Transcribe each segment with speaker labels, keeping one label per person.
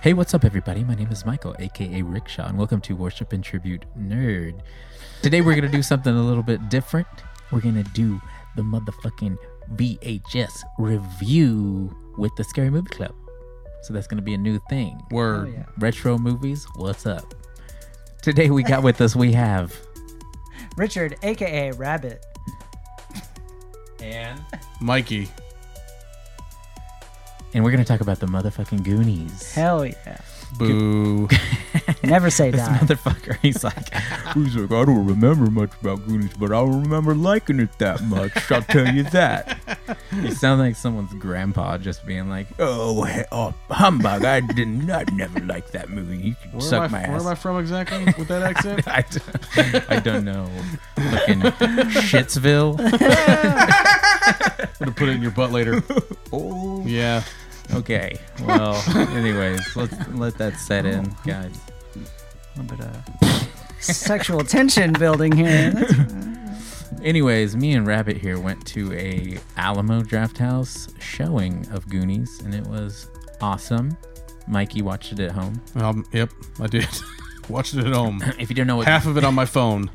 Speaker 1: Hey, what's up, everybody? My name is Michael, aka Rickshaw, and welcome to Worship and Tribute Nerd. Today, we're going to do something a little bit different. We're going to do the motherfucking VHS review with the Scary Movie Club. So, that's going to be a new thing.
Speaker 2: Word.
Speaker 1: Retro movies, what's up? Today, we got with us, we have
Speaker 3: Richard, aka Rabbit.
Speaker 4: And
Speaker 2: Mikey.
Speaker 1: and we're going to talk about the motherfucking Goonies.
Speaker 3: Hell yeah.
Speaker 2: Boo.
Speaker 3: Never say
Speaker 1: This
Speaker 3: die.
Speaker 1: motherfucker, he's like,
Speaker 5: He's like, I don't remember much about Goonies, but I remember liking it that much. I'll tell you that.
Speaker 1: you sound like someone's grandpa just being like,
Speaker 5: Oh, he- oh humbug! I did not never like that movie. You can
Speaker 2: Where,
Speaker 5: suck
Speaker 2: am
Speaker 5: my
Speaker 2: I, where am I
Speaker 5: ass.
Speaker 2: from exactly with that accent?
Speaker 1: I, d- I don't know. Fucking Shitsville.
Speaker 2: I'm going to put it in your butt later.
Speaker 5: Oh,
Speaker 2: Yeah.
Speaker 1: Okay. Well, anyways, let's let that set in, guys.
Speaker 3: A little bit
Speaker 1: uh,
Speaker 3: of sexual tension building here. That's-
Speaker 1: Anyways, me and Rabbit here went to a Alamo Draft House showing of Goonies, and it was awesome. Mikey watched it at home.
Speaker 2: Um, yep, I did. Watched it at home.
Speaker 1: If you don't know what
Speaker 2: Half of it on my phone.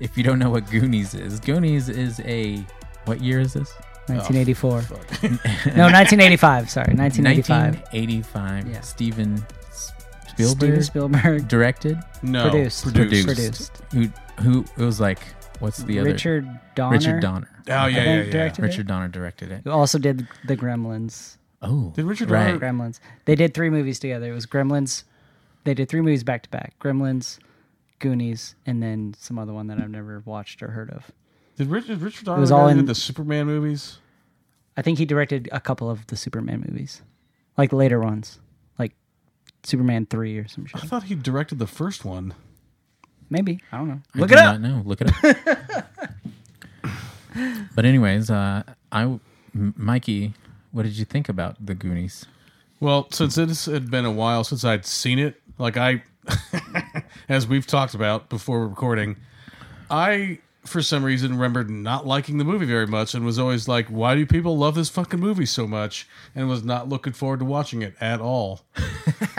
Speaker 1: if you don't know what Goonies is, Goonies is a what year is this?
Speaker 3: 1984. no, 1985. Sorry, 1985.
Speaker 1: 1985.
Speaker 3: Yeah.
Speaker 1: Steven S-
Speaker 3: Steven
Speaker 1: Spielberg
Speaker 3: Spielberg
Speaker 1: directed.
Speaker 2: No.
Speaker 3: Produced.
Speaker 2: Produced.
Speaker 3: produced.
Speaker 1: Who who it was like what's the other
Speaker 3: Richard Donner.
Speaker 1: Richard Donner.
Speaker 2: Oh, yeah,
Speaker 3: I
Speaker 2: yeah,
Speaker 3: think,
Speaker 2: yeah.
Speaker 3: directed it.
Speaker 1: Richard Donner directed it.
Speaker 3: Who also did the Gremlins.
Speaker 1: Oh,
Speaker 2: Did Richard
Speaker 1: right.
Speaker 2: Donner-
Speaker 3: Gremlins. They did three movies together. It was Gremlins. They did three movies back to back. Gremlins, Goonies, and then some other one that I've never watched or heard of.
Speaker 2: Did Richard, Richard Donner
Speaker 3: was
Speaker 2: the guy
Speaker 3: all
Speaker 2: that did
Speaker 3: in-
Speaker 2: the Superman movies?
Speaker 3: I think he directed a couple of the Superman movies, like the later ones, like Superman three or some shit.
Speaker 2: I thought he directed the first one.
Speaker 3: Maybe I don't know.
Speaker 1: I
Speaker 3: Look
Speaker 1: do
Speaker 3: it
Speaker 1: Not
Speaker 3: up.
Speaker 1: know. Look it up. but anyways, uh, I w- M- Mikey, what did you think about the Goonies?
Speaker 2: Well, since it had been a while since I'd seen it, like I, as we've talked about before recording, I for some reason remembered not liking the movie very much and was always like, "Why do people love this fucking movie so much?" and was not looking forward to watching it at all.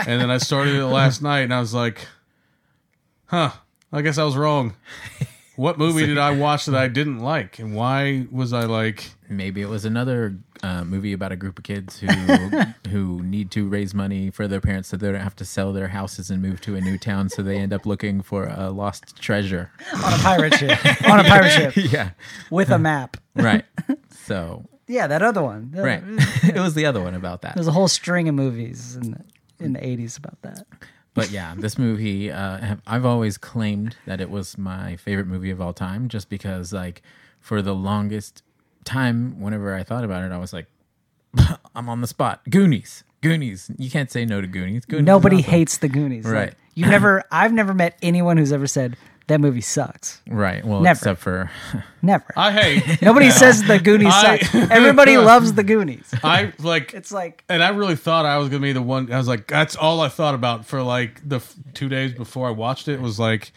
Speaker 2: and then I started it last night, and I was like, "Huh, I guess I was wrong." What movie did I watch that I didn't like, and why was I like?
Speaker 1: Maybe it was another uh, movie about a group of kids who who need to raise money for their parents so they don't have to sell their houses and move to a new town. So they end up looking for a lost treasure.
Speaker 3: on a pirate ship. on a pirate ship
Speaker 1: Yeah,
Speaker 3: with a map.
Speaker 1: right. So
Speaker 3: Yeah, that other one. That-
Speaker 1: right, it was the other one about that.
Speaker 3: There's a whole string of movies in the in the eighties about that.
Speaker 1: But yeah, this movie, uh, have- I've always claimed that it was my favorite movie of all time, just because, like, for the longest time, whenever I thought about it, I was like, I'm on the spot. Goonies, Goonies. You can't say no to Goonies. Goonies is
Speaker 3: Nobody
Speaker 1: awesome.
Speaker 3: hates the Goonies. Like,
Speaker 1: Right.
Speaker 3: you never. I've never met anyone who's ever said that movie sucks.
Speaker 1: Right. Well,
Speaker 3: Never.
Speaker 1: except for
Speaker 3: Never.
Speaker 2: I hate.
Speaker 3: Nobody says the Goonies
Speaker 2: I-
Speaker 3: sucks. Everybody loves the Goonies.
Speaker 2: I like.
Speaker 3: It's like
Speaker 2: And I really thought I was gonna be the one. I was like, that's all I thought about for like the f- two days before I watched it. Was like,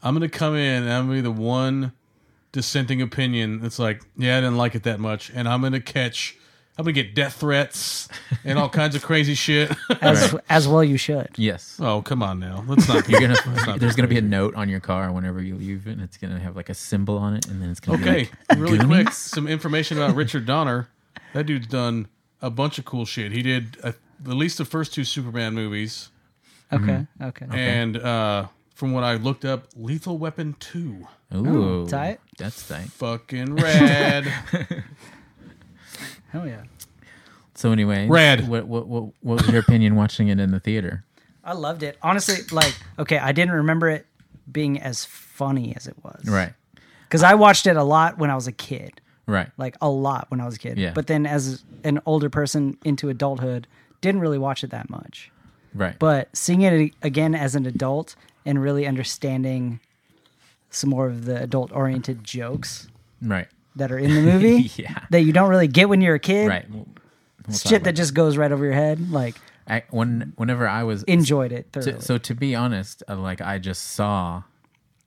Speaker 2: I'm gonna come in and I'm gonna be the one dissenting opinion. It's like, yeah, I didn't like it that much, and I'm gonna catch, I'm gonna get death threats and all kinds of crazy shit.
Speaker 3: as as well you should.
Speaker 1: yes.
Speaker 2: oh, come on now, let's not.
Speaker 1: You're gonna,
Speaker 2: not
Speaker 1: there's gonna be a note on your car whenever you leave, and it's gonna have like a symbol on it, and then it's gonna
Speaker 2: okay,
Speaker 1: be
Speaker 2: really
Speaker 1: Goonies?
Speaker 2: quick, some information about Richard Donner. That dude's done a bunch of cool shit. He did uh, at least the first two Superman movies.
Speaker 3: Okay.
Speaker 1: Mm-hmm.
Speaker 3: Okay.
Speaker 2: and uh, from what I looked up, Lethal Weapon Two,
Speaker 1: like, ooh,
Speaker 3: tight.
Speaker 1: That's tight.
Speaker 2: fucking rad.
Speaker 3: Hell yeah.
Speaker 1: So, anyway,
Speaker 2: Rad.
Speaker 1: What, what what what was your opinion watching it in the theater?
Speaker 3: I loved it. Honestly, like, okay, I didn't remember it being as funny as it was.
Speaker 1: Right.
Speaker 3: Because I watched it a lot when I was a kid,
Speaker 1: Right.
Speaker 3: like a lot when I was a kid.
Speaker 1: Yeah.
Speaker 3: But then as an older person into adulthood, didn't really watch it that much.
Speaker 1: Right.
Speaker 3: But seeing it again as an adult and really understanding some more of the adult oriented jokes
Speaker 1: right.
Speaker 3: that are in the movie
Speaker 1: Yeah.
Speaker 3: that you don't really get when you're a kid.
Speaker 1: Right. We'll- we'll talk
Speaker 3: Shit
Speaker 1: about
Speaker 3: that just goes right over your head. Like,
Speaker 1: I, when whenever I was
Speaker 3: enjoyed it
Speaker 1: to,
Speaker 3: thoroughly.
Speaker 1: so to be honest, uh, like I just saw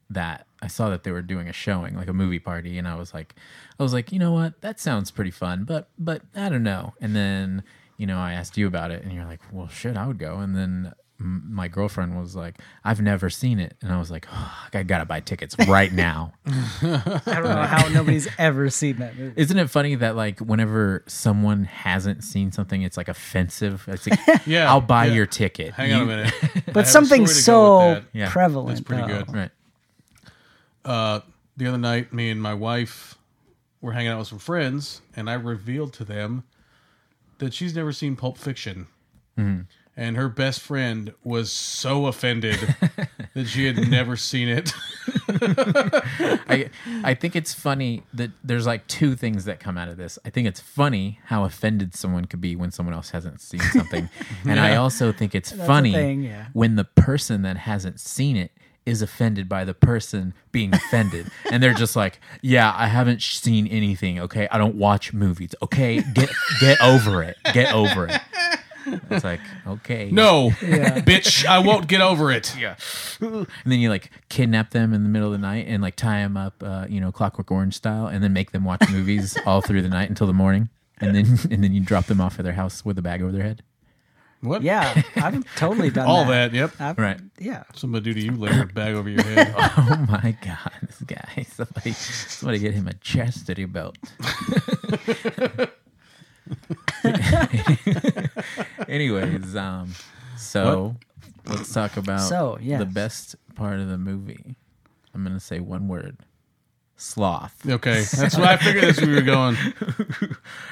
Speaker 1: that I saw that they were doing a showing, like a movie party, and I was like, I was like, you know what, that sounds pretty fun, but but I don't know. And then you know, I asked you about it, and you're like, "Well, shit, I would go." And then m- my girlfriend was like, "I've never seen it," and I was like, "Oh, "I gotta buy tickets right now."
Speaker 3: I don't know how nobody's ever seen that movie.
Speaker 1: Isn't it funny that like whenever someone hasn't seen something, it's like offensive. It's like,
Speaker 2: Yeah,
Speaker 1: I'll buy
Speaker 2: yeah.
Speaker 1: your ticket.
Speaker 2: Hang
Speaker 1: You-
Speaker 2: on a minute. I have a
Speaker 3: But something
Speaker 2: story to go
Speaker 3: so
Speaker 2: with that.
Speaker 1: Yeah,
Speaker 3: prevalent.
Speaker 2: That's pretty
Speaker 3: though.
Speaker 2: good.
Speaker 1: Right.
Speaker 2: Uh, the other night, me and my wife were hanging out with some friends, and I revealed to them that she's never seen Pulp Fiction. And her best friend was so offended that she had never seen it.
Speaker 1: I I think it's funny that there's like two things that come out of this. I think it's funny how offended someone could be when someone else hasn't seen something, and I also think it's
Speaker 3: a
Speaker 1: funny
Speaker 3: thing, yeah.
Speaker 1: when the person that hasn't seen it is offended by the person being offended, and they're just like, "Yeah, I haven't sh- seen anything. Okay, I don't watch movies. Okay, get get over it. Get over it." It's like okay,
Speaker 2: No, bitch, I won't get over it. Yeah.
Speaker 1: and then you like kidnap them in the middle of the night and like tie them up, uh, you know, Clockwork Orange style, and then make them watch movies all through the night until the morning, and then and then you drop them off at their house with a bag over their head.
Speaker 2: What?
Speaker 3: Yeah, I've totally done
Speaker 2: All that, yep.
Speaker 3: I've-
Speaker 1: Right.
Speaker 3: Yeah.
Speaker 2: Somebody do to you later, bag over your head.
Speaker 1: Oh my god, this guy! Somebody, somebody get him a chastity belt. Anyways, um, so let's talk about
Speaker 3: So, yes.
Speaker 1: the best part of the movie. I'm gonna say one word: sloth.
Speaker 2: Okay, that's what I figured that's where we were going.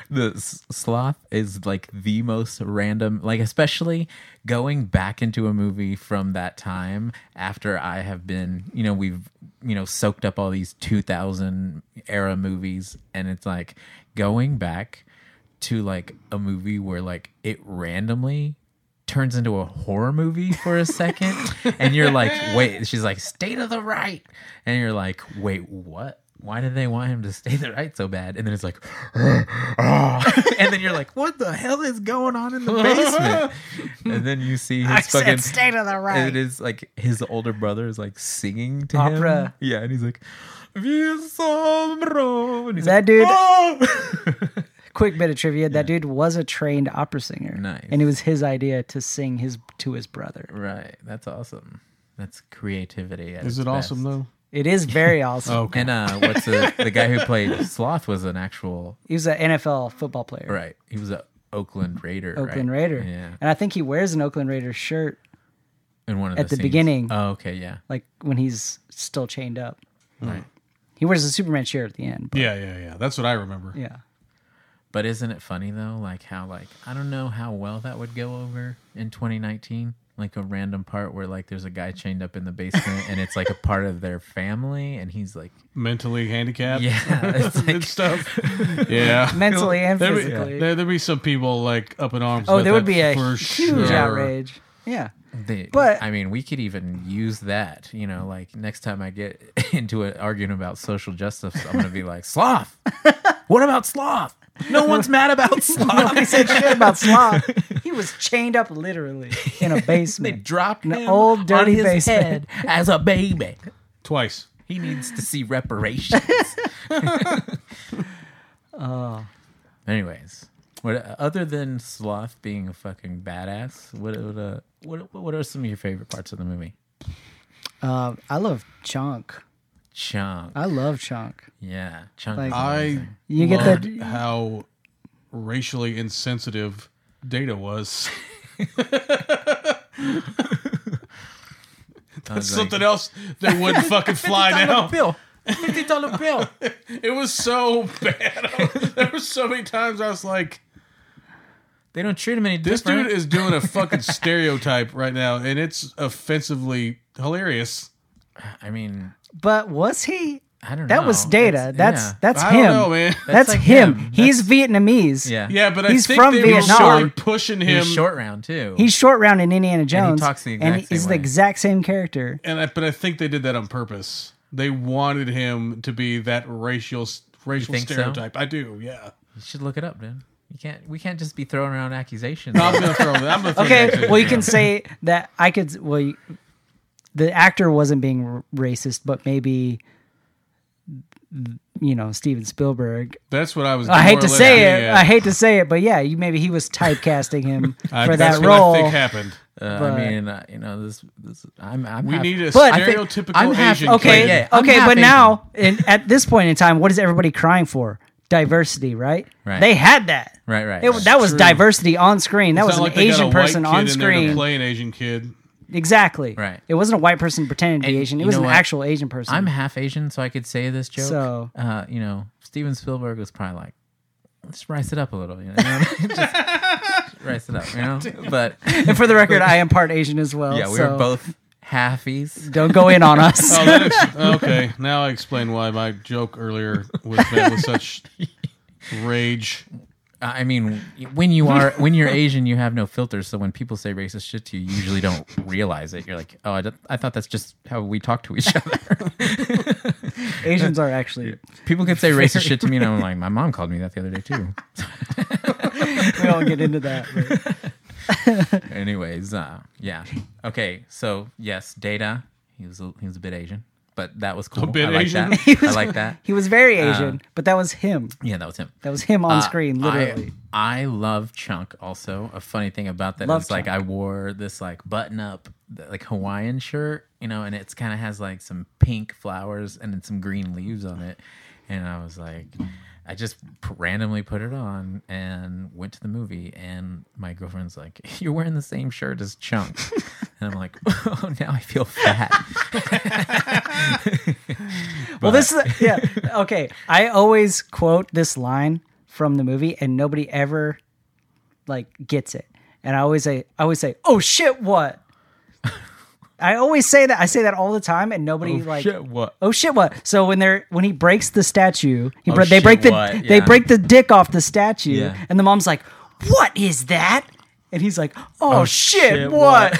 Speaker 1: the s- sloth is like the most random like especially going back into a movie from that time after i have been you know we've you know soaked up all these 2000 era movies and it's like going back to like a movie where like it randomly turns into a horror movie for a second and you're like wait she's like stay to the right and you're like wait what why did they want him to stay to the right so bad and then it's like "Ah." and then you're like what the hell is going on in the basement and then you see his fucking
Speaker 3: to the
Speaker 1: and it is like his older brother is like singing to him
Speaker 3: Opera.
Speaker 1: yeah and he's like "Vi sombro," and he's
Speaker 3: That
Speaker 1: like,
Speaker 3: dude-
Speaker 1: "Oh!"
Speaker 3: Quick bit of trivia: that dude was a trained opera singer,
Speaker 1: Nice.
Speaker 3: and it was his idea to sing his to his brother.
Speaker 1: right that's awesome that's creativity at
Speaker 2: Is
Speaker 1: its
Speaker 2: it awesome,
Speaker 1: best.
Speaker 2: though?
Speaker 3: It is very awesome.
Speaker 2: Okay.
Speaker 1: And uh, what's the the guy who played Sloth was an actual
Speaker 3: He was an NFL football player,
Speaker 1: right. He was a Oakland Raider. right?
Speaker 3: Oakland Raider,
Speaker 1: Yeah.
Speaker 3: and I think he wears an Oakland Raider shirt
Speaker 1: In one of
Speaker 3: At the
Speaker 1: scenes.
Speaker 3: beginning.
Speaker 1: Oh, okay, yeah.
Speaker 3: like when he's still chained up. Mm.
Speaker 1: Right.
Speaker 3: He wears a Superman shirt at the end. But,
Speaker 2: yeah, yeah, yeah. That's what I remember.
Speaker 3: yeah.
Speaker 1: But isn't it funny though? Like how like I don't know how well that would go over in 2019. Like a random part where like there's a guy chained up in the basement and it's like a part of their family and he's like
Speaker 2: Mentally handicapped.
Speaker 1: yeah it's like
Speaker 2: and stuff. Yeah.
Speaker 3: mentally and
Speaker 2: There'd be-
Speaker 3: physically.
Speaker 2: there- there'd be some people like up in arms.
Speaker 3: Oh,
Speaker 2: about
Speaker 3: there would
Speaker 2: that
Speaker 3: be a
Speaker 2: for
Speaker 3: huge
Speaker 2: sure.
Speaker 3: outrage. Yeah.
Speaker 1: They,
Speaker 3: But-
Speaker 1: I mean, we could even use that. You know, like next time I get into an argument about social justice, I'm gonna be like, sloth. What about sloth? No one's mad about sloth.
Speaker 3: He said shit about Sloth. He was chained up literally in a
Speaker 1: They
Speaker 3: basement.
Speaker 1: dropped him
Speaker 3: An old dirty
Speaker 1: on his
Speaker 3: basement.
Speaker 1: head as a baby.
Speaker 2: Twice.
Speaker 1: He needs to see reparations. oh. Anyways, what other than sloth being a fucking badass? What what, uh, what what are some of your favorite parts of the movie?
Speaker 3: Uh, I love Chunk.
Speaker 1: Chunk,
Speaker 3: I love Chunk.
Speaker 1: yeah, chunk.
Speaker 3: Uh, Like-
Speaker 1: is
Speaker 2: I
Speaker 3: You get
Speaker 2: loved
Speaker 3: the-
Speaker 2: how racially insensitive Data was. That's
Speaker 1: like-
Speaker 2: something else that wouldn't fucking fly now.
Speaker 1: bill. Fifty dollar bill.
Speaker 2: It was so bad. I was- there were so many times I was like,
Speaker 1: They don't treat him any
Speaker 2: "This
Speaker 1: different.
Speaker 2: dude is doing a fucking stereotype right now, and it's offensively hilarious."
Speaker 1: I mean,
Speaker 3: But was he?
Speaker 1: I don't know.
Speaker 3: That was Data.
Speaker 1: It's-
Speaker 3: That's
Speaker 1: yeah.
Speaker 3: that's
Speaker 2: I
Speaker 3: him.
Speaker 2: don't know, man.
Speaker 3: That's,
Speaker 1: like
Speaker 3: him.
Speaker 1: him.
Speaker 3: He's Vietnamese.
Speaker 1: yeah.
Speaker 2: Yeah, but I
Speaker 3: He's
Speaker 2: think
Speaker 3: from
Speaker 2: they
Speaker 3: Vietnam.
Speaker 2: were sort of pushing
Speaker 1: He
Speaker 2: him.
Speaker 1: was short round too.
Speaker 3: He's short round in Indiana Jones.
Speaker 1: talks the
Speaker 3: and
Speaker 1: exact
Speaker 3: he's
Speaker 1: same
Speaker 3: the
Speaker 1: way.
Speaker 3: exact same character.
Speaker 2: and I, but I think they did that on purpose. They wanted him to be that racial racial
Speaker 1: think so?
Speaker 2: stereotype. I do, yeah.
Speaker 1: you should look it up, dude. You can't. We can't just be throwing around accusations.
Speaker 2: I'm gonna throw. I'm gonna throw that
Speaker 3: Okay,
Speaker 2: shit.
Speaker 3: well you can say that I could. Well, you- the actor wasn't being r- racist, but maybe you know Steven Spielberg.
Speaker 2: That's what I was.
Speaker 3: I
Speaker 2: more
Speaker 3: hate to
Speaker 2: or less
Speaker 3: say it.
Speaker 2: getting at.
Speaker 3: I hate to say it, but yeah, you maybe he was typecasting him
Speaker 2: I-
Speaker 3: for
Speaker 2: that's
Speaker 3: that
Speaker 2: what
Speaker 3: role.
Speaker 2: I think happened.
Speaker 1: Uh,
Speaker 3: But-
Speaker 1: I mean, uh, you know, this, this I'm, I'm
Speaker 2: We
Speaker 1: half-
Speaker 2: need a
Speaker 3: But I
Speaker 1: think-
Speaker 2: stereotypical
Speaker 1: I'm half-
Speaker 2: Asian
Speaker 3: okay,
Speaker 2: kid.
Speaker 1: Yeah, I'm
Speaker 3: okay,
Speaker 1: half
Speaker 3: but
Speaker 1: Asian.
Speaker 3: now in, at this point in time, what is everybody crying for? Diversity, right?
Speaker 1: Right.
Speaker 3: They had that.
Speaker 1: Right, right,
Speaker 3: It-
Speaker 1: right.
Speaker 3: that was
Speaker 2: True.
Speaker 3: diversity on screen. That
Speaker 2: It's
Speaker 3: was
Speaker 2: not
Speaker 3: an
Speaker 2: like they got a
Speaker 3: Asian
Speaker 2: white
Speaker 3: person
Speaker 2: kid in
Speaker 3: on
Speaker 2: there to
Speaker 3: screen.
Speaker 2: Play an Asian kid.
Speaker 3: Exactly.
Speaker 1: Right.
Speaker 3: It wasn't a white person pretending to be
Speaker 1: And
Speaker 3: Asian. It
Speaker 1: you
Speaker 3: was
Speaker 1: know
Speaker 3: an
Speaker 1: what?
Speaker 3: actual Asian person.
Speaker 1: I'm half Asian, so I could say this joke.
Speaker 3: So-
Speaker 1: uh, you know, Steven Spielberg was probably like, "Let's rice it up a little," you know, you know what I mean? just rice it up, you know. But
Speaker 3: and for the record, I am part Asian as well.
Speaker 1: yeah, we
Speaker 3: so
Speaker 1: were both halfies.
Speaker 3: Don't go in on us.
Speaker 2: Oh, that ex- okay, now I explain why my joke earlier was made with such rage.
Speaker 1: I mean, when you are when you're Asian, you have no filter. So when people say racist shit to you, you usually don't realize it. You're like, "Oh, I, don't- I thought that's just how we talk to each other."
Speaker 3: Asians are actually
Speaker 1: people could say racist shit to me, and I'm like, "My mom called me that the other day too."
Speaker 3: we don't get into that. but-
Speaker 1: Anyways, uh, yeah. Okay, so yes, Data. He was a, he was a bit Asian, but that was cool.
Speaker 2: bit
Speaker 1: I like
Speaker 2: Asian?
Speaker 1: that.
Speaker 3: He was-
Speaker 1: I like that.
Speaker 3: He was very Asian, but that was him.
Speaker 1: Yeah, that was him.
Speaker 3: That was him on
Speaker 1: Uh,
Speaker 3: screen, literally.
Speaker 1: I, I love Chunk. Also, a funny thing about that is
Speaker 3: Love
Speaker 1: like I wore this like button up like Hawaiian shirt, you know, and it's kind of has like some pink flowers and then some green leaves on it, and I was like. I just p- randomly put it on and went to the movie, and my girlfriend's like, "You're wearing the same shirt as Chunk," and I'm like, "Oh, now I feel fat."
Speaker 3: well, this is yeah. Okay, I always quote this line from the movie, and nobody ever like gets it. And I always say, I always say, "Oh shit, what?" I always say that. I say that all the time, and nobody like
Speaker 1: what?
Speaker 3: Oh shit! What? So when they're when he breaks the statue, he bre-
Speaker 1: Oh,
Speaker 3: they
Speaker 1: shit,
Speaker 3: break the
Speaker 1: what?
Speaker 3: they
Speaker 1: Yeah.
Speaker 3: break the dick off the statue,
Speaker 1: Yeah.
Speaker 3: and the mom's like, "What is that?" And he's like, "Oh, shit!
Speaker 1: shit,
Speaker 3: what?"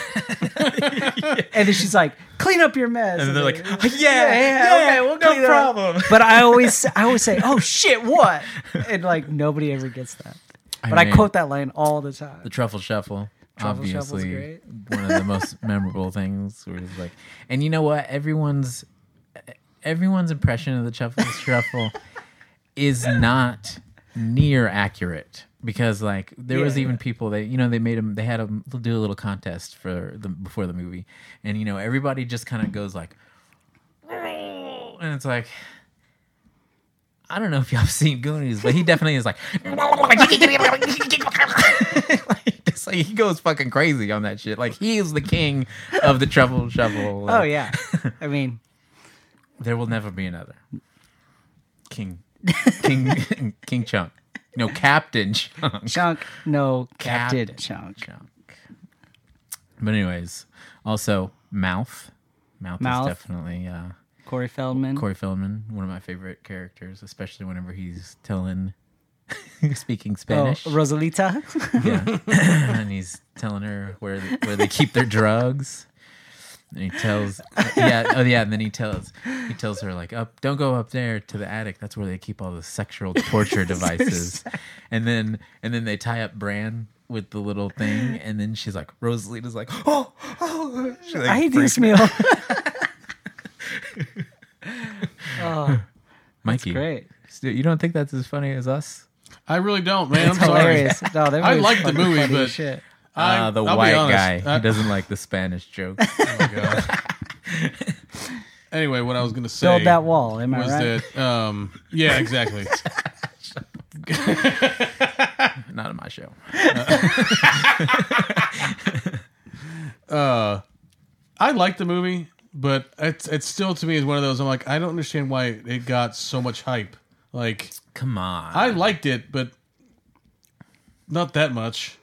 Speaker 3: and then she's like, "Clean up your mess." And
Speaker 1: they're like, "Yeah,
Speaker 3: yeah, okay,
Speaker 1: no
Speaker 3: clean it up."
Speaker 1: problem.
Speaker 3: But I always I always say, "Oh shit! What?" And like nobody ever gets that. But I,
Speaker 1: mean-
Speaker 3: quote that line all the time.
Speaker 1: The truffle shuffle,
Speaker 3: Truffle shuffle's
Speaker 1: obviously
Speaker 3: great.
Speaker 1: one of the most memorable things. Where it's like, and you know what? Everyone's everyone's impression of the truffle shuffle is not near accurate because like there was
Speaker 3: Yeah.
Speaker 1: even people that you know they made them they had them do a little contest for the before the movie and you know everybody just kind of goes like and it's like I don't know if y'all have seen Goonies, but he definitely is like, like, just like he goes fucking crazy on that shit. Like he is the king of the truffle shovel.
Speaker 3: Oh
Speaker 1: Like,
Speaker 3: yeah, I mean,
Speaker 1: there will never be another king, king, king chunk. No, Captain Chunk.
Speaker 3: chunk no captain
Speaker 1: Captain.
Speaker 3: chunk.
Speaker 1: Chunk. But anyways, also mouth, mouth,
Speaker 3: Mouth.
Speaker 1: is definitely. Uh,
Speaker 3: Corey Feldman.
Speaker 1: Corey Feldman, one of my favorite characters, especially whenever he's telling, speaking
Speaker 3: Oh,
Speaker 1: Spanish.
Speaker 3: Rosalita.
Speaker 1: Yeah. and he's telling her where where they keep their drugs. And he tells, yeah, oh yeah, and then he tells, he tells her like, up, don't go up there to the attic. That's where they keep all the sexual torture devices. And then and then they tie up Bran with the little thing, and then she's like, Rosalita's like, oh, oh, She's, like,
Speaker 3: I hate
Speaker 1: freaking-
Speaker 3: this meal. oh,
Speaker 1: Mikey,
Speaker 3: great.
Speaker 1: so you don't think that's as funny as us?
Speaker 2: I really don't, man.
Speaker 3: It's
Speaker 2: I'm sorry.
Speaker 3: hilarious. No, that
Speaker 2: I
Speaker 3: movie's
Speaker 2: like the
Speaker 3: fucking
Speaker 2: movie,
Speaker 3: funny
Speaker 2: but-
Speaker 3: as shit.
Speaker 2: I,
Speaker 1: Ah, the
Speaker 2: I'll be
Speaker 1: white
Speaker 2: honest. Uh,
Speaker 1: guy
Speaker 2: I-
Speaker 1: who doesn't like the Spanish joke.
Speaker 2: oh my God. anyway, what I was gonna say
Speaker 3: build that wall. Am I
Speaker 2: was
Speaker 3: right?
Speaker 2: that um, yeah, exactly.
Speaker 1: Not on my show.
Speaker 2: I like the movie, but it's it's still to me is one of those. I'm like, I don't understand why it got so much hype. Like,
Speaker 1: Come on.
Speaker 2: I liked it, but not that much.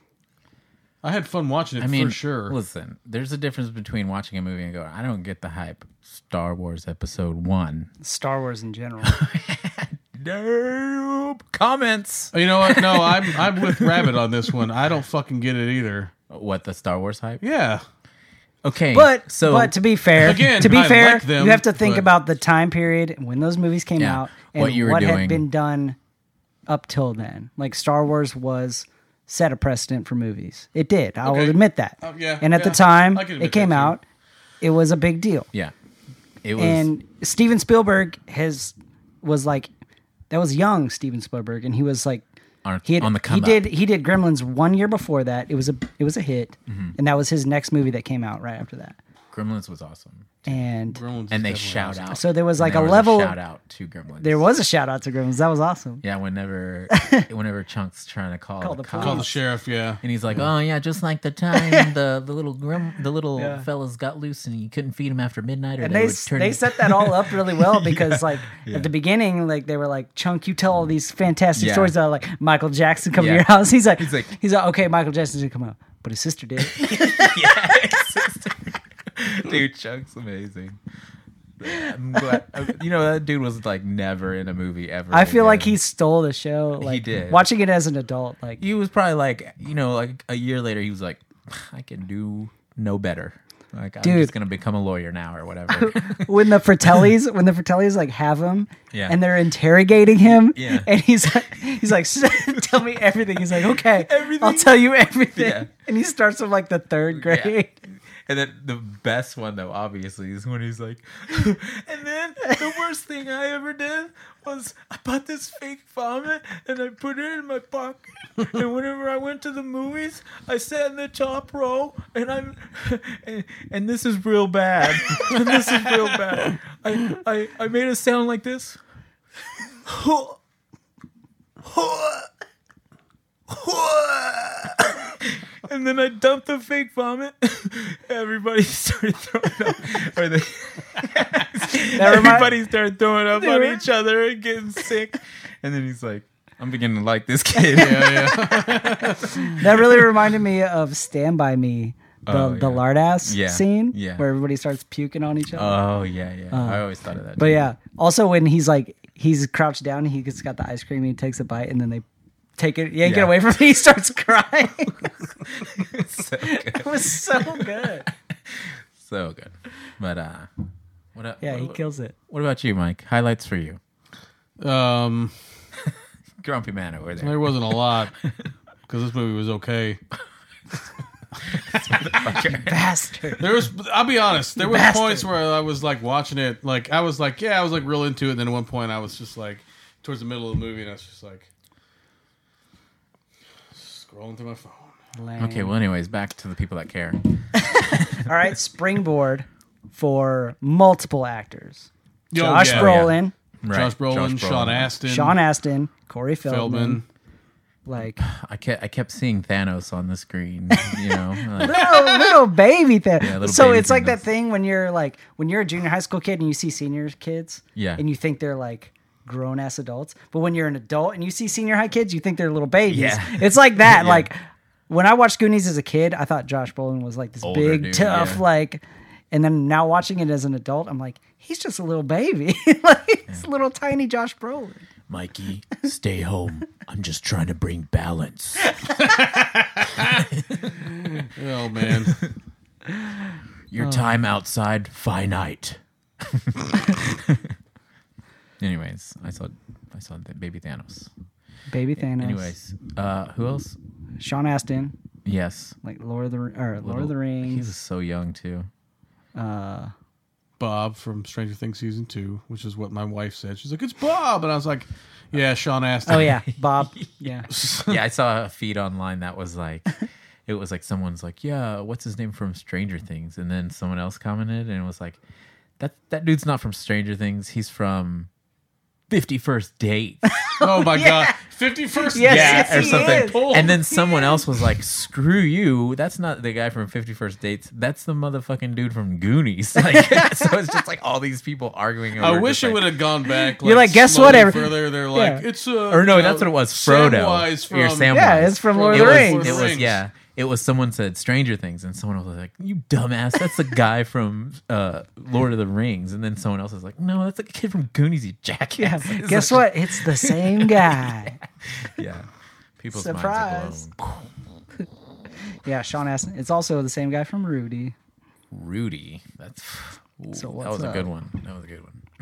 Speaker 2: I had fun watching it
Speaker 1: I mean,
Speaker 2: for sure.
Speaker 1: Listen, there's a difference between watching a movie and going, I don't get the hype. Star Wars Episode One.
Speaker 3: Star Wars in general.
Speaker 1: Nope. Comments.
Speaker 2: you know what? No, I'm I'm with Rabbit on this one. I don't fucking get it either.
Speaker 1: What the Star Wars hype?
Speaker 2: Yeah,
Speaker 1: Okay,
Speaker 3: But
Speaker 1: so
Speaker 3: but to be fair,
Speaker 2: Again,
Speaker 3: to be
Speaker 2: I
Speaker 3: fair,
Speaker 2: like them,
Speaker 3: you have to think
Speaker 2: but-
Speaker 3: about the time period and when those movies came
Speaker 1: Yeah,
Speaker 3: out and
Speaker 1: what you were doing.
Speaker 3: had been done up till then. Like Star Wars was set a precedent for movies. It did. I will
Speaker 2: Okay.
Speaker 3: admit that.
Speaker 2: Uh, yeah,
Speaker 3: and at the
Speaker 2: yeah.
Speaker 3: time
Speaker 2: I can admit
Speaker 3: it came
Speaker 2: that, too.
Speaker 3: out, it was a big deal.
Speaker 1: yeah, it was
Speaker 3: and Steven Spielberg has was like that was young Steven Spielberg, and he was like
Speaker 1: Are-
Speaker 3: he had,
Speaker 1: on the come
Speaker 3: he
Speaker 1: up.
Speaker 3: did he did Gremlins one year before that. It was a it was a hit, and that was his next movie that came out right after that.
Speaker 1: Gremlins was awesome,
Speaker 3: And
Speaker 2: Gremlins is
Speaker 1: and they
Speaker 2: definitely
Speaker 1: shout
Speaker 2: awesome.
Speaker 1: out.
Speaker 3: So there was,
Speaker 1: and
Speaker 3: like, a level-
Speaker 1: shout out to Gremlins.
Speaker 3: there was a shout out to Gremlins. That was awesome.
Speaker 1: yeah. Whenever whenever Chunk's trying to call,
Speaker 3: Call
Speaker 1: the,
Speaker 3: the
Speaker 1: cops,
Speaker 2: Call the sheriff, yeah.
Speaker 1: and he's like, "Oh yeah, just like the time the the little grim the little
Speaker 3: Yeah.
Speaker 1: fellas got loose and you couldn't feed them after midnight, or
Speaker 3: And
Speaker 1: they,
Speaker 3: they
Speaker 1: would turn
Speaker 3: they
Speaker 1: you-"
Speaker 3: set that all up really well because like at the beginning like they were like Chunk you tell all these fantastic
Speaker 1: Yeah.
Speaker 3: stories about like Michael Jackson come
Speaker 1: Yeah.
Speaker 3: to your house he's like he's
Speaker 1: like-
Speaker 3: like, okay Michael Jackson didn't come out but his sister did
Speaker 1: dude, Chunk's amazing." I'm glad. You know that dude was like never in a movie ever.
Speaker 3: I feel like
Speaker 1: again.
Speaker 3: he stole the show like
Speaker 1: did.
Speaker 3: watching it as an adult like
Speaker 1: he was probably like you know like a year later he was like i can do no better like i'm
Speaker 3: Dude.
Speaker 1: just gonna become a lawyer now or whatever
Speaker 3: when the Fratellis when the Fratellis like have him
Speaker 1: Yeah.
Speaker 3: and they're interrogating him
Speaker 1: Yeah.
Speaker 3: and he's like he's like tell me everything he's like okay I'll
Speaker 1: Everything.
Speaker 3: tell you everything
Speaker 1: Yeah.
Speaker 3: and he starts from like the third grade
Speaker 1: and then the best one though obviously is when he's like and then the worst thing i ever did was i bought this fake vomit and i put it in my pocket and whenever i went to the movies i sat in the top row and i'm and, and this is real bad and this is real bad i i, I made a sound like this and then I dumped the fake vomit. Everybody started throwing up. Or they,
Speaker 3: remind-
Speaker 1: everybody started throwing up on
Speaker 3: Dude.
Speaker 1: each other and getting sick. And then he's like, I'm beginning to like this kid.
Speaker 2: Yeah, yeah.
Speaker 3: that really reminded me of Stand by Me the
Speaker 1: Oh,
Speaker 3: the
Speaker 1: yeah.
Speaker 3: lard ass
Speaker 1: Yeah.
Speaker 3: scene
Speaker 1: Yeah.
Speaker 3: where everybody starts puking on each other
Speaker 1: Oh, yeah, yeah. I always thought of that.
Speaker 3: Uh, but yeah also when he's like he's crouched down he has got the ice cream and he takes a bite and then they take it yank
Speaker 1: Yeah.
Speaker 3: it away from him he starts crying
Speaker 1: so good.
Speaker 3: it was so good
Speaker 1: So good. But, uh, what, up-
Speaker 3: yeah he
Speaker 1: what,
Speaker 3: kills it
Speaker 1: what about you, Mike? Highlights for you.
Speaker 2: Um,
Speaker 1: Grumpy man over there.
Speaker 2: there wasn't a lot because this movie was okay.
Speaker 3: bastard
Speaker 2: There was, I'll be honest, there were
Speaker 3: Bastard.
Speaker 2: points where I was like watching it, like I was like, yeah, I was like real into it. And then at one point, I was just like, towards the middle of the movie, and I was just like, scrolling through my phone.
Speaker 3: Lame.
Speaker 1: Okay, well, anyways, back to the people that care.
Speaker 3: all right springboard for multiple actors
Speaker 1: Oh,
Speaker 2: Yo,
Speaker 3: josh
Speaker 2: yeah.
Speaker 3: brolin
Speaker 1: Right.
Speaker 2: Josh Brolin, Sean Astin,
Speaker 3: sean astin corey feldman,
Speaker 2: Feldman.
Speaker 3: like
Speaker 1: I kept I kept seeing Thanos on the screen, you know. like,
Speaker 3: little, little baby thing.
Speaker 1: little
Speaker 3: so
Speaker 1: baby
Speaker 3: it's like that
Speaker 1: Thanos.
Speaker 3: thing when you're like when you're a junior high school kid and you see senior kids,
Speaker 1: Yeah.
Speaker 3: and you think they're like grown ass adults, but when you're an adult and you see senior high kids, you think they're little babies.
Speaker 1: Yeah.
Speaker 3: It's like that.
Speaker 1: Yeah.
Speaker 3: Like when I watched Goonies as a kid, I thought Josh Brolin was like this
Speaker 1: Older
Speaker 3: big,
Speaker 1: dude,
Speaker 3: tough,
Speaker 1: yeah.
Speaker 3: like. And then now watching it as an adult, I'm like, he's just a little baby, like it's little tiny Josh Brolin.
Speaker 1: Mikey, stay home. I'm just trying to bring balance.
Speaker 2: Oh man,
Speaker 3: Oh.
Speaker 1: Your time outside finite. Anyways, I saw I saw the baby Thanos.
Speaker 3: Baby Thanos.
Speaker 1: Anyways, uh who else?
Speaker 3: Sean Astin,
Speaker 1: Yes.
Speaker 3: like Lord of the Ri- or Lord of
Speaker 1: He's
Speaker 3: the Rings.
Speaker 1: so young too.
Speaker 3: Uh,
Speaker 2: Bob from Stranger Things season two, which is what my wife said. She's like, it's Bob, and I was like, yeah, Sean Astin.
Speaker 3: Oh yeah, Bob. Yeah,
Speaker 1: yeah, I saw a feed online that was like, it was like someone's like, yeah, what's his name from Stranger Things, and then someone else commented and it was like, that that dude's not from Stranger Things, he's from Fifty First Date,
Speaker 2: Oh my god, fifty first.
Speaker 3: Yes, yes,
Speaker 1: or
Speaker 3: he
Speaker 1: something.
Speaker 3: is.
Speaker 1: And then someone else was like, screw you, that's not the guy from Fifty First Dates, that's the motherfucking dude from Goonies. Like, so it's just like all these people arguing. Over
Speaker 2: I
Speaker 1: just,
Speaker 2: wish it
Speaker 1: like-
Speaker 2: would have gone back. Like,
Speaker 3: You're like, guess
Speaker 2: slowly
Speaker 3: what, every-
Speaker 2: Further, they're like,
Speaker 3: Yeah.
Speaker 2: it's uh,
Speaker 1: Or no,
Speaker 2: uh,
Speaker 1: that's what it was. Frodo.
Speaker 2: Samwise
Speaker 1: Or
Speaker 2: from-
Speaker 1: Samwise.
Speaker 3: yeah, it's from Lord of
Speaker 1: it
Speaker 3: the
Speaker 1: was,
Speaker 3: Rings.
Speaker 1: It was
Speaker 2: Rings.
Speaker 1: yeah. It was someone said Stranger Things, and someone else was like, "You dumbass, that's the guy from uh, Lord of the Rings." And then someone else was like, "No, that's the kid from Goonies, you jackass." It's
Speaker 3: Guess
Speaker 1: like-
Speaker 3: what? It's the same guy.
Speaker 1: Yeah, people's
Speaker 3: Surprise.
Speaker 1: minds are blown.
Speaker 3: Yeah, Sean Astin. It's also the same guy from Rudy.
Speaker 1: Rudy, that's ooh,
Speaker 3: So
Speaker 1: that
Speaker 3: what's
Speaker 1: was a
Speaker 3: up?
Speaker 1: good one. That was a good one.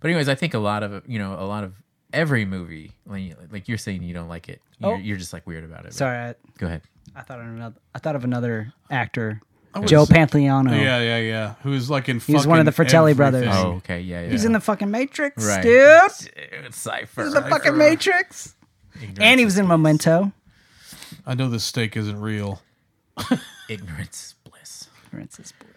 Speaker 1: but anyways, I think a lot of you know a lot of every movie, like, like you're saying, you don't like it. You're,
Speaker 3: Oh.
Speaker 1: you're just like weird about it. but-
Speaker 3: Sorry, I,
Speaker 1: go ahead.
Speaker 3: I thought of another. I thought of another actor Joe Pantoliano.
Speaker 2: Yeah, yeah, yeah. Who's like in?
Speaker 3: was one of
Speaker 2: fucking
Speaker 3: the Fratelli brothers.
Speaker 2: everything.
Speaker 1: Oh, okay, yeah, yeah.
Speaker 3: He's in the fucking Matrix,
Speaker 1: Right.
Speaker 3: dude.
Speaker 1: cipher.
Speaker 3: The fucking Matrix. And he was in Memento.
Speaker 2: I know this steak isn't real.
Speaker 1: Ignorance is bliss.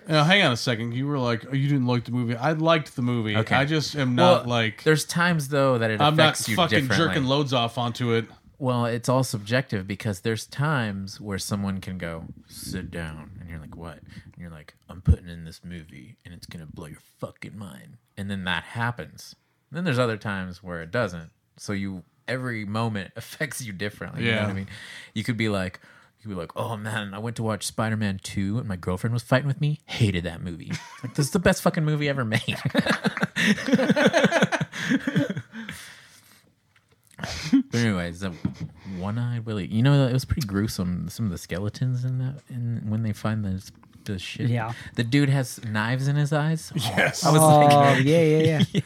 Speaker 2: Now, hang on a second. You were like, oh, you didn't like the movie. I liked the movie.
Speaker 1: Okay.
Speaker 2: I just am not
Speaker 1: Well,
Speaker 2: like.
Speaker 1: There's times though that it
Speaker 2: I'm not
Speaker 1: affects you
Speaker 2: fucking
Speaker 1: differently.
Speaker 2: jerking loads off onto it.
Speaker 1: well, it's all subjective because there's times where someone can go sit down, and you're like, "What?" And you're like, "I'm putting in this movie, and it's gonna blow your fucking mind." And then that happens. And then there's other times where it doesn't. So you, every moment affects you differently. You know
Speaker 2: Yeah.
Speaker 1: what I mean? You could be like. You could be like, oh man, I went to watch Spider Man 2 and my girlfriend was fighting with me. Hated that movie. like, this is the best fucking movie ever made. But anyways, the one-eyed Willie. You know, it was pretty gruesome. Some of the skeletons in that, in when they find the the shit.
Speaker 3: Yeah.
Speaker 1: the dude has knives in his eyes.
Speaker 2: Yes.
Speaker 3: Oh, yeah, yeah, yeah.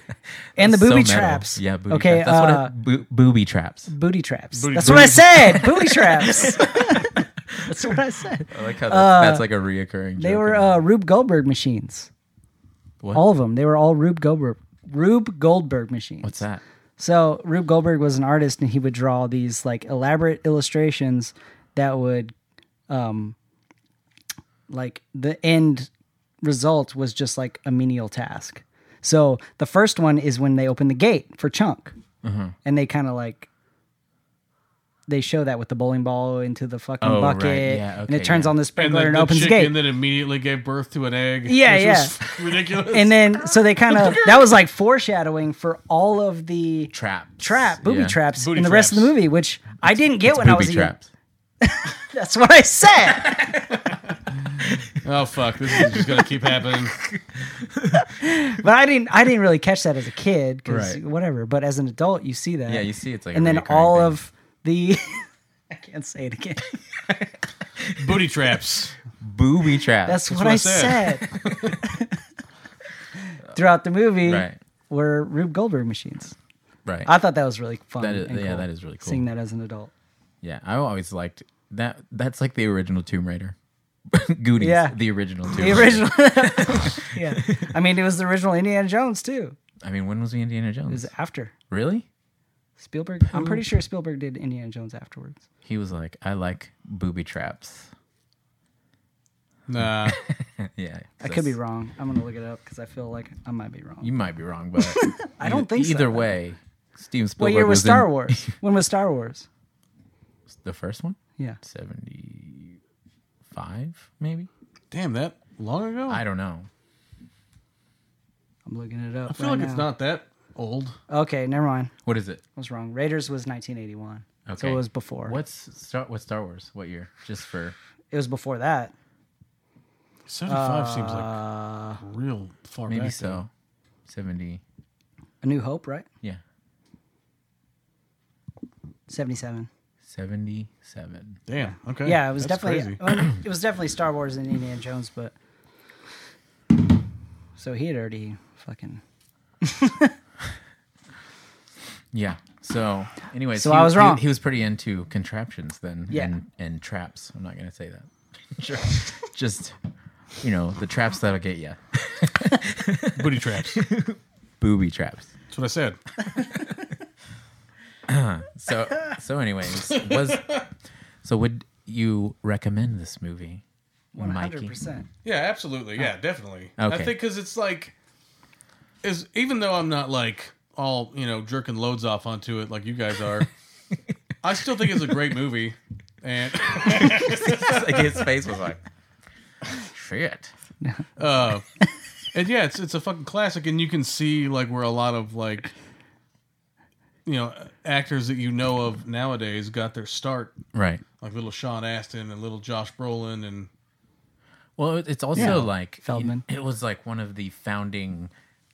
Speaker 3: And the
Speaker 1: So
Speaker 3: booby
Speaker 1: metal.
Speaker 3: traps.
Speaker 1: Yeah, booby
Speaker 3: okay,
Speaker 1: traps. That's
Speaker 3: uh,
Speaker 1: what it, boo- booby traps.
Speaker 3: booty traps.
Speaker 2: Booty-
Speaker 3: That's what I said. booty traps. That's what I said.
Speaker 1: I like how that's, that's like a reoccurring.
Speaker 3: uh, They
Speaker 1: joke
Speaker 3: were
Speaker 1: in-
Speaker 3: uh, Rube Goldberg machines.
Speaker 1: What?
Speaker 3: All of them. They were all Rube Goldberg. Rube Goldberg machines.
Speaker 1: What's that?
Speaker 3: So Rube Goldberg was an artist, and he would draw these like elaborate illustrations that would, um, like the end result was just like a menial task. So the first one is when they open the gate for Chunk,
Speaker 1: Uh-huh.
Speaker 3: and they kind of like they show that with the bowling ball into the fucking
Speaker 1: Oh, right.
Speaker 3: bucket,
Speaker 1: Yeah,
Speaker 3: and
Speaker 1: okay,
Speaker 3: it turns
Speaker 1: yeah.
Speaker 3: on the
Speaker 2: and
Speaker 3: sprinkler
Speaker 2: the,
Speaker 3: and,
Speaker 2: the
Speaker 3: opens the
Speaker 2: chicken
Speaker 3: gate.
Speaker 2: that immediately gave birth to an egg.
Speaker 3: Yeah,
Speaker 2: which
Speaker 3: yeah.
Speaker 2: was ridiculous.
Speaker 3: and then, so they kind of that was like foreshadowing for all of the
Speaker 1: Traps.
Speaker 3: trap booby
Speaker 1: Yeah.
Speaker 3: traps
Speaker 2: Booty
Speaker 3: in the rest of the
Speaker 2: traps.
Speaker 3: movie, which I didn't get when I was
Speaker 1: Booby
Speaker 3: a
Speaker 1: traps.
Speaker 3: young. That's what I said.
Speaker 2: oh fuck, this is just gonna keep happening.
Speaker 3: but I didn't. I didn't really catch that as a kid because
Speaker 1: Right.
Speaker 3: whatever. But as an adult, you see that.
Speaker 1: Yeah, you see it's like. a
Speaker 3: and then
Speaker 1: reoccurring
Speaker 3: all
Speaker 1: thing.
Speaker 3: of the. I can't say it again.
Speaker 2: Booty traps.
Speaker 1: booby traps.
Speaker 3: That's, what,
Speaker 2: what I
Speaker 3: I
Speaker 2: said.
Speaker 3: said. Throughout the movie,
Speaker 1: right.
Speaker 3: were Rube Goldberg machines.
Speaker 1: Right.
Speaker 3: I thought that was really fun.
Speaker 1: That is-
Speaker 3: and
Speaker 1: yeah,
Speaker 3: cool,
Speaker 1: that is really cool.
Speaker 3: Seeing that as an adult.
Speaker 1: yeah, I always liked that. That's like the original Tomb Raider. Goonies.
Speaker 3: Yeah.
Speaker 1: The original Tomb
Speaker 3: The
Speaker 1: Raider.
Speaker 3: original. yeah, I mean, it was the original Indiana Jones too.
Speaker 1: I mean, when was the Indiana
Speaker 3: It
Speaker 1: Jones?
Speaker 3: was after.
Speaker 1: really?
Speaker 3: Spielberg. I'm pretty sure Spielberg did Indiana Jones afterwards.
Speaker 1: He was like, I like booby traps.
Speaker 2: Nah.
Speaker 1: Yeah.
Speaker 3: I could be wrong. I'm gonna look it up because I feel like I might be wrong.
Speaker 1: You might be wrong, but
Speaker 3: I don't think so.
Speaker 1: either way, Steven Spielberg
Speaker 3: what year was
Speaker 1: was
Speaker 3: Star
Speaker 1: in
Speaker 3: Wars? when was Star Wars?
Speaker 1: The first one,
Speaker 3: Yeah,
Speaker 1: seventy five, maybe.
Speaker 2: Damn that long ago.
Speaker 1: I
Speaker 2: I,
Speaker 1: don't know.
Speaker 3: I'm looking it up.
Speaker 2: feel
Speaker 3: right
Speaker 2: like it's
Speaker 3: now.
Speaker 2: not that old.
Speaker 3: Okay, never mind.
Speaker 1: What is it?
Speaker 3: I was wrong. Raiders was 1981. So
Speaker 1: Okay.
Speaker 3: it was before.
Speaker 1: What's Star? What's Star Wars? What year? Just for
Speaker 3: It was before that.
Speaker 2: Seventy five seems like real far
Speaker 1: maybe
Speaker 2: back.
Speaker 1: so. Seventy.
Speaker 3: A New Hope, right?
Speaker 1: Yeah.
Speaker 3: 77.
Speaker 1: Seventy seven.
Speaker 2: Damn. Okay.
Speaker 3: Yeah, it was
Speaker 2: That's
Speaker 3: definitely
Speaker 2: crazy.
Speaker 3: well, it was definitely Star Wars and Indiana Jones, but so he had already fucking.
Speaker 1: Yeah. So, anyways,
Speaker 3: So I was wrong.
Speaker 1: He, was pretty into contraptions then,
Speaker 3: Yeah.
Speaker 1: and, and traps. I'm not gonna say that. Sure. Just, you know, the traps that'll get you.
Speaker 2: Booty traps. That's
Speaker 1: Booby traps.
Speaker 2: what I said.
Speaker 1: So, so, anyways, was so would you recommend this movie,
Speaker 3: 100.
Speaker 1: Mikey?
Speaker 3: percent
Speaker 2: Yeah, absolutely. Yeah, definitely. I
Speaker 1: Okay.
Speaker 2: think because it's like, is even though I'm not like all you know jerking loads off onto it like you guys are, I still think it's a great movie. And
Speaker 1: like his face was like, shit.
Speaker 2: uh, and yeah, it's it's a fucking classic, and you can see like where a lot of like, you know, actors that you know of nowadays got their start,
Speaker 1: Right.
Speaker 2: like little Sean Astin and little Josh Brolin, and
Speaker 1: Well, it- it's also
Speaker 3: Yeah.
Speaker 1: like
Speaker 3: Feldman.
Speaker 1: It, it was like one of the founding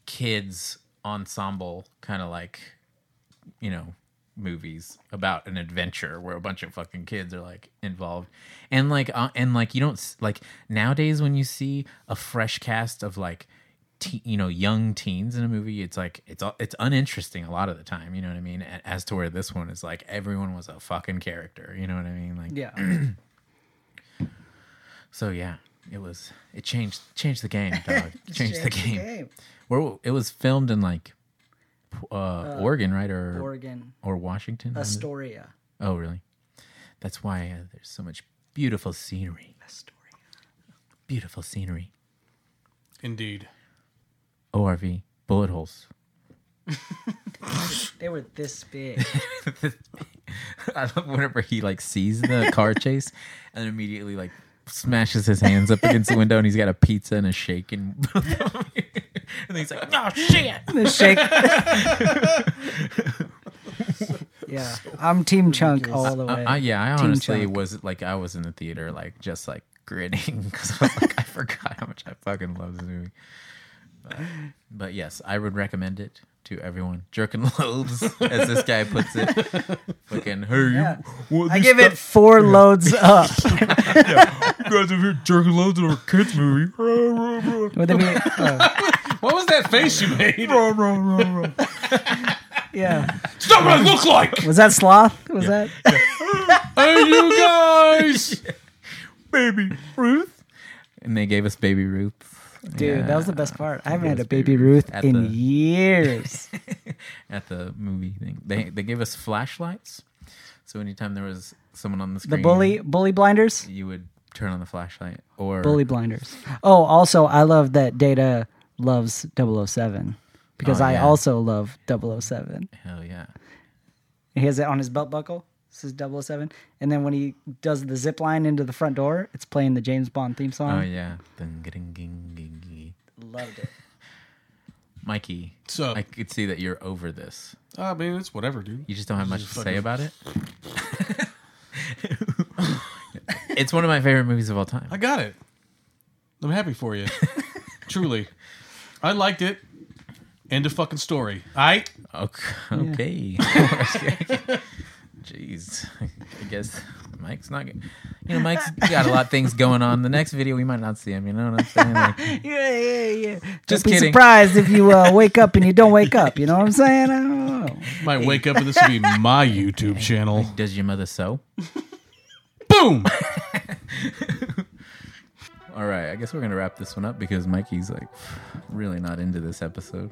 Speaker 1: kids ensemble kind of like, you know, movies about an adventure where a bunch of fucking kids are like involved, and like uh, and like you don't s- like nowadays when you see a fresh cast of like. Te- you know young teens in a movie it's like it's all it's uninteresting a lot of the time you know what i mean A- as to where this one is like everyone was a fucking character you know what i mean like
Speaker 3: Yeah.
Speaker 1: so yeah It was it changed changed the game, dog. changed the
Speaker 3: Changed the
Speaker 1: game.
Speaker 3: game.
Speaker 1: Where it was filmed in like uh, Oregon, right? Or
Speaker 3: Oregon,
Speaker 1: or Washington? was it?
Speaker 3: Astoria.
Speaker 1: Oh, really? That's why uh, there's so much beautiful scenery.
Speaker 3: Astoria.
Speaker 1: Beautiful scenery.
Speaker 2: Indeed.
Speaker 1: ORV bullet holes.
Speaker 3: They were this big.
Speaker 1: I love whenever he like sees the car chase and then immediately like smashes his hands up against the window and he's got a pizza and a shake and, and then he's like, "Oh shit!"
Speaker 3: the shake. yeah, I'm Team Chunk all the way.
Speaker 1: I, Uh, yeah, I
Speaker 3: Team
Speaker 1: honestly
Speaker 3: Chuck.
Speaker 1: was like, I was in the theater like just like grinning because I was like, I forgot how much I fucking love this movie. But, but yes, I would recommend it to everyone. Jerkin loaves, as this guy puts it. fucking hey,
Speaker 3: Yeah.
Speaker 5: Well,
Speaker 3: I
Speaker 5: this
Speaker 3: give it four loads up.
Speaker 5: guys over here jerking loads of our kids movie.
Speaker 3: Would it be- oh,
Speaker 2: What was that face you made? That's
Speaker 3: yeah.
Speaker 2: not what I look like.
Speaker 3: Was that sloth? Was that?
Speaker 2: Hey, you guys.
Speaker 5: Baby Ruth.
Speaker 1: and they gave us baby Ruth.
Speaker 3: Dude,
Speaker 1: Yeah,
Speaker 3: that was the best part. I haven't had
Speaker 1: was
Speaker 3: a baby
Speaker 1: Baby Ruth
Speaker 3: Ruth
Speaker 1: at
Speaker 3: in
Speaker 1: the-
Speaker 3: years.
Speaker 1: at the movie thing. They they gave us flashlights, so anytime there was someone on the
Speaker 3: The
Speaker 1: screen,
Speaker 3: bully bully blinders?
Speaker 1: you would turn on the flashlight or
Speaker 3: Bully blinders. Oh, also I love that Data loves 007 because
Speaker 1: Oh,
Speaker 3: I
Speaker 1: yeah.
Speaker 3: also love 007.
Speaker 1: hell yeah,
Speaker 3: He has it on his belt buckle. This is 007. And then when he does the zip line into the front door, it's playing the James Bond theme
Speaker 1: oh
Speaker 3: song.
Speaker 1: yeah, Ding-a-ding-ging-ging-ging.
Speaker 3: Loved it.
Speaker 1: Mikey.
Speaker 2: So-
Speaker 1: I could see that you're over this.
Speaker 2: I mean, Ah, it's whatever, dude.
Speaker 1: You just don't have much to
Speaker 2: is
Speaker 1: say
Speaker 2: fucking-
Speaker 1: about it. it's one of my favorite movies of all time.
Speaker 2: I got it. I'm happy for you. Truly. I liked it. End of fucking story. I
Speaker 1: Okay. okay. Jeez. I guess Mike's not. Good. You know, Mike's got a lot of things going on. The next video, we might not see him. You know what I'm saying? Like,
Speaker 3: Yeah, yeah, yeah.
Speaker 1: Just
Speaker 3: Just be
Speaker 1: kidding.
Speaker 3: surprised if you uh, wake up and you don't wake up. You know what I'm saying? I don't know.
Speaker 2: might wake up and this will be my YouTube channel.
Speaker 1: does your mother sew?
Speaker 2: Boom!
Speaker 1: All right. I guess we're gonna wrap this one up because Mikey's like really not into this episode.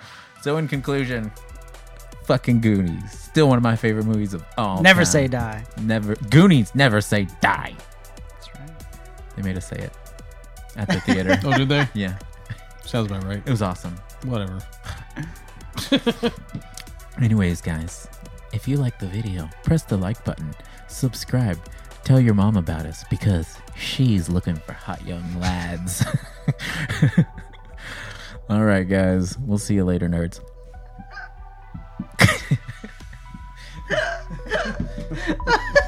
Speaker 1: so, in conclusion, fucking Goonies. Still one of my favorite movies of all.
Speaker 3: Never
Speaker 1: time.
Speaker 3: say die.
Speaker 1: Never. Goonies. Never say die.
Speaker 3: That's right.
Speaker 1: They made us say it at the theater.
Speaker 2: Oh, did they?
Speaker 1: yeah.
Speaker 2: Sounds about right.
Speaker 1: It was awesome.
Speaker 2: Whatever.
Speaker 1: Anyways, guys, if you like the video, press the like button, subscribe, tell your mom about us because she's looking for hot young lads. All right, guys, we'll see you later, nerds.
Speaker 3: Oh,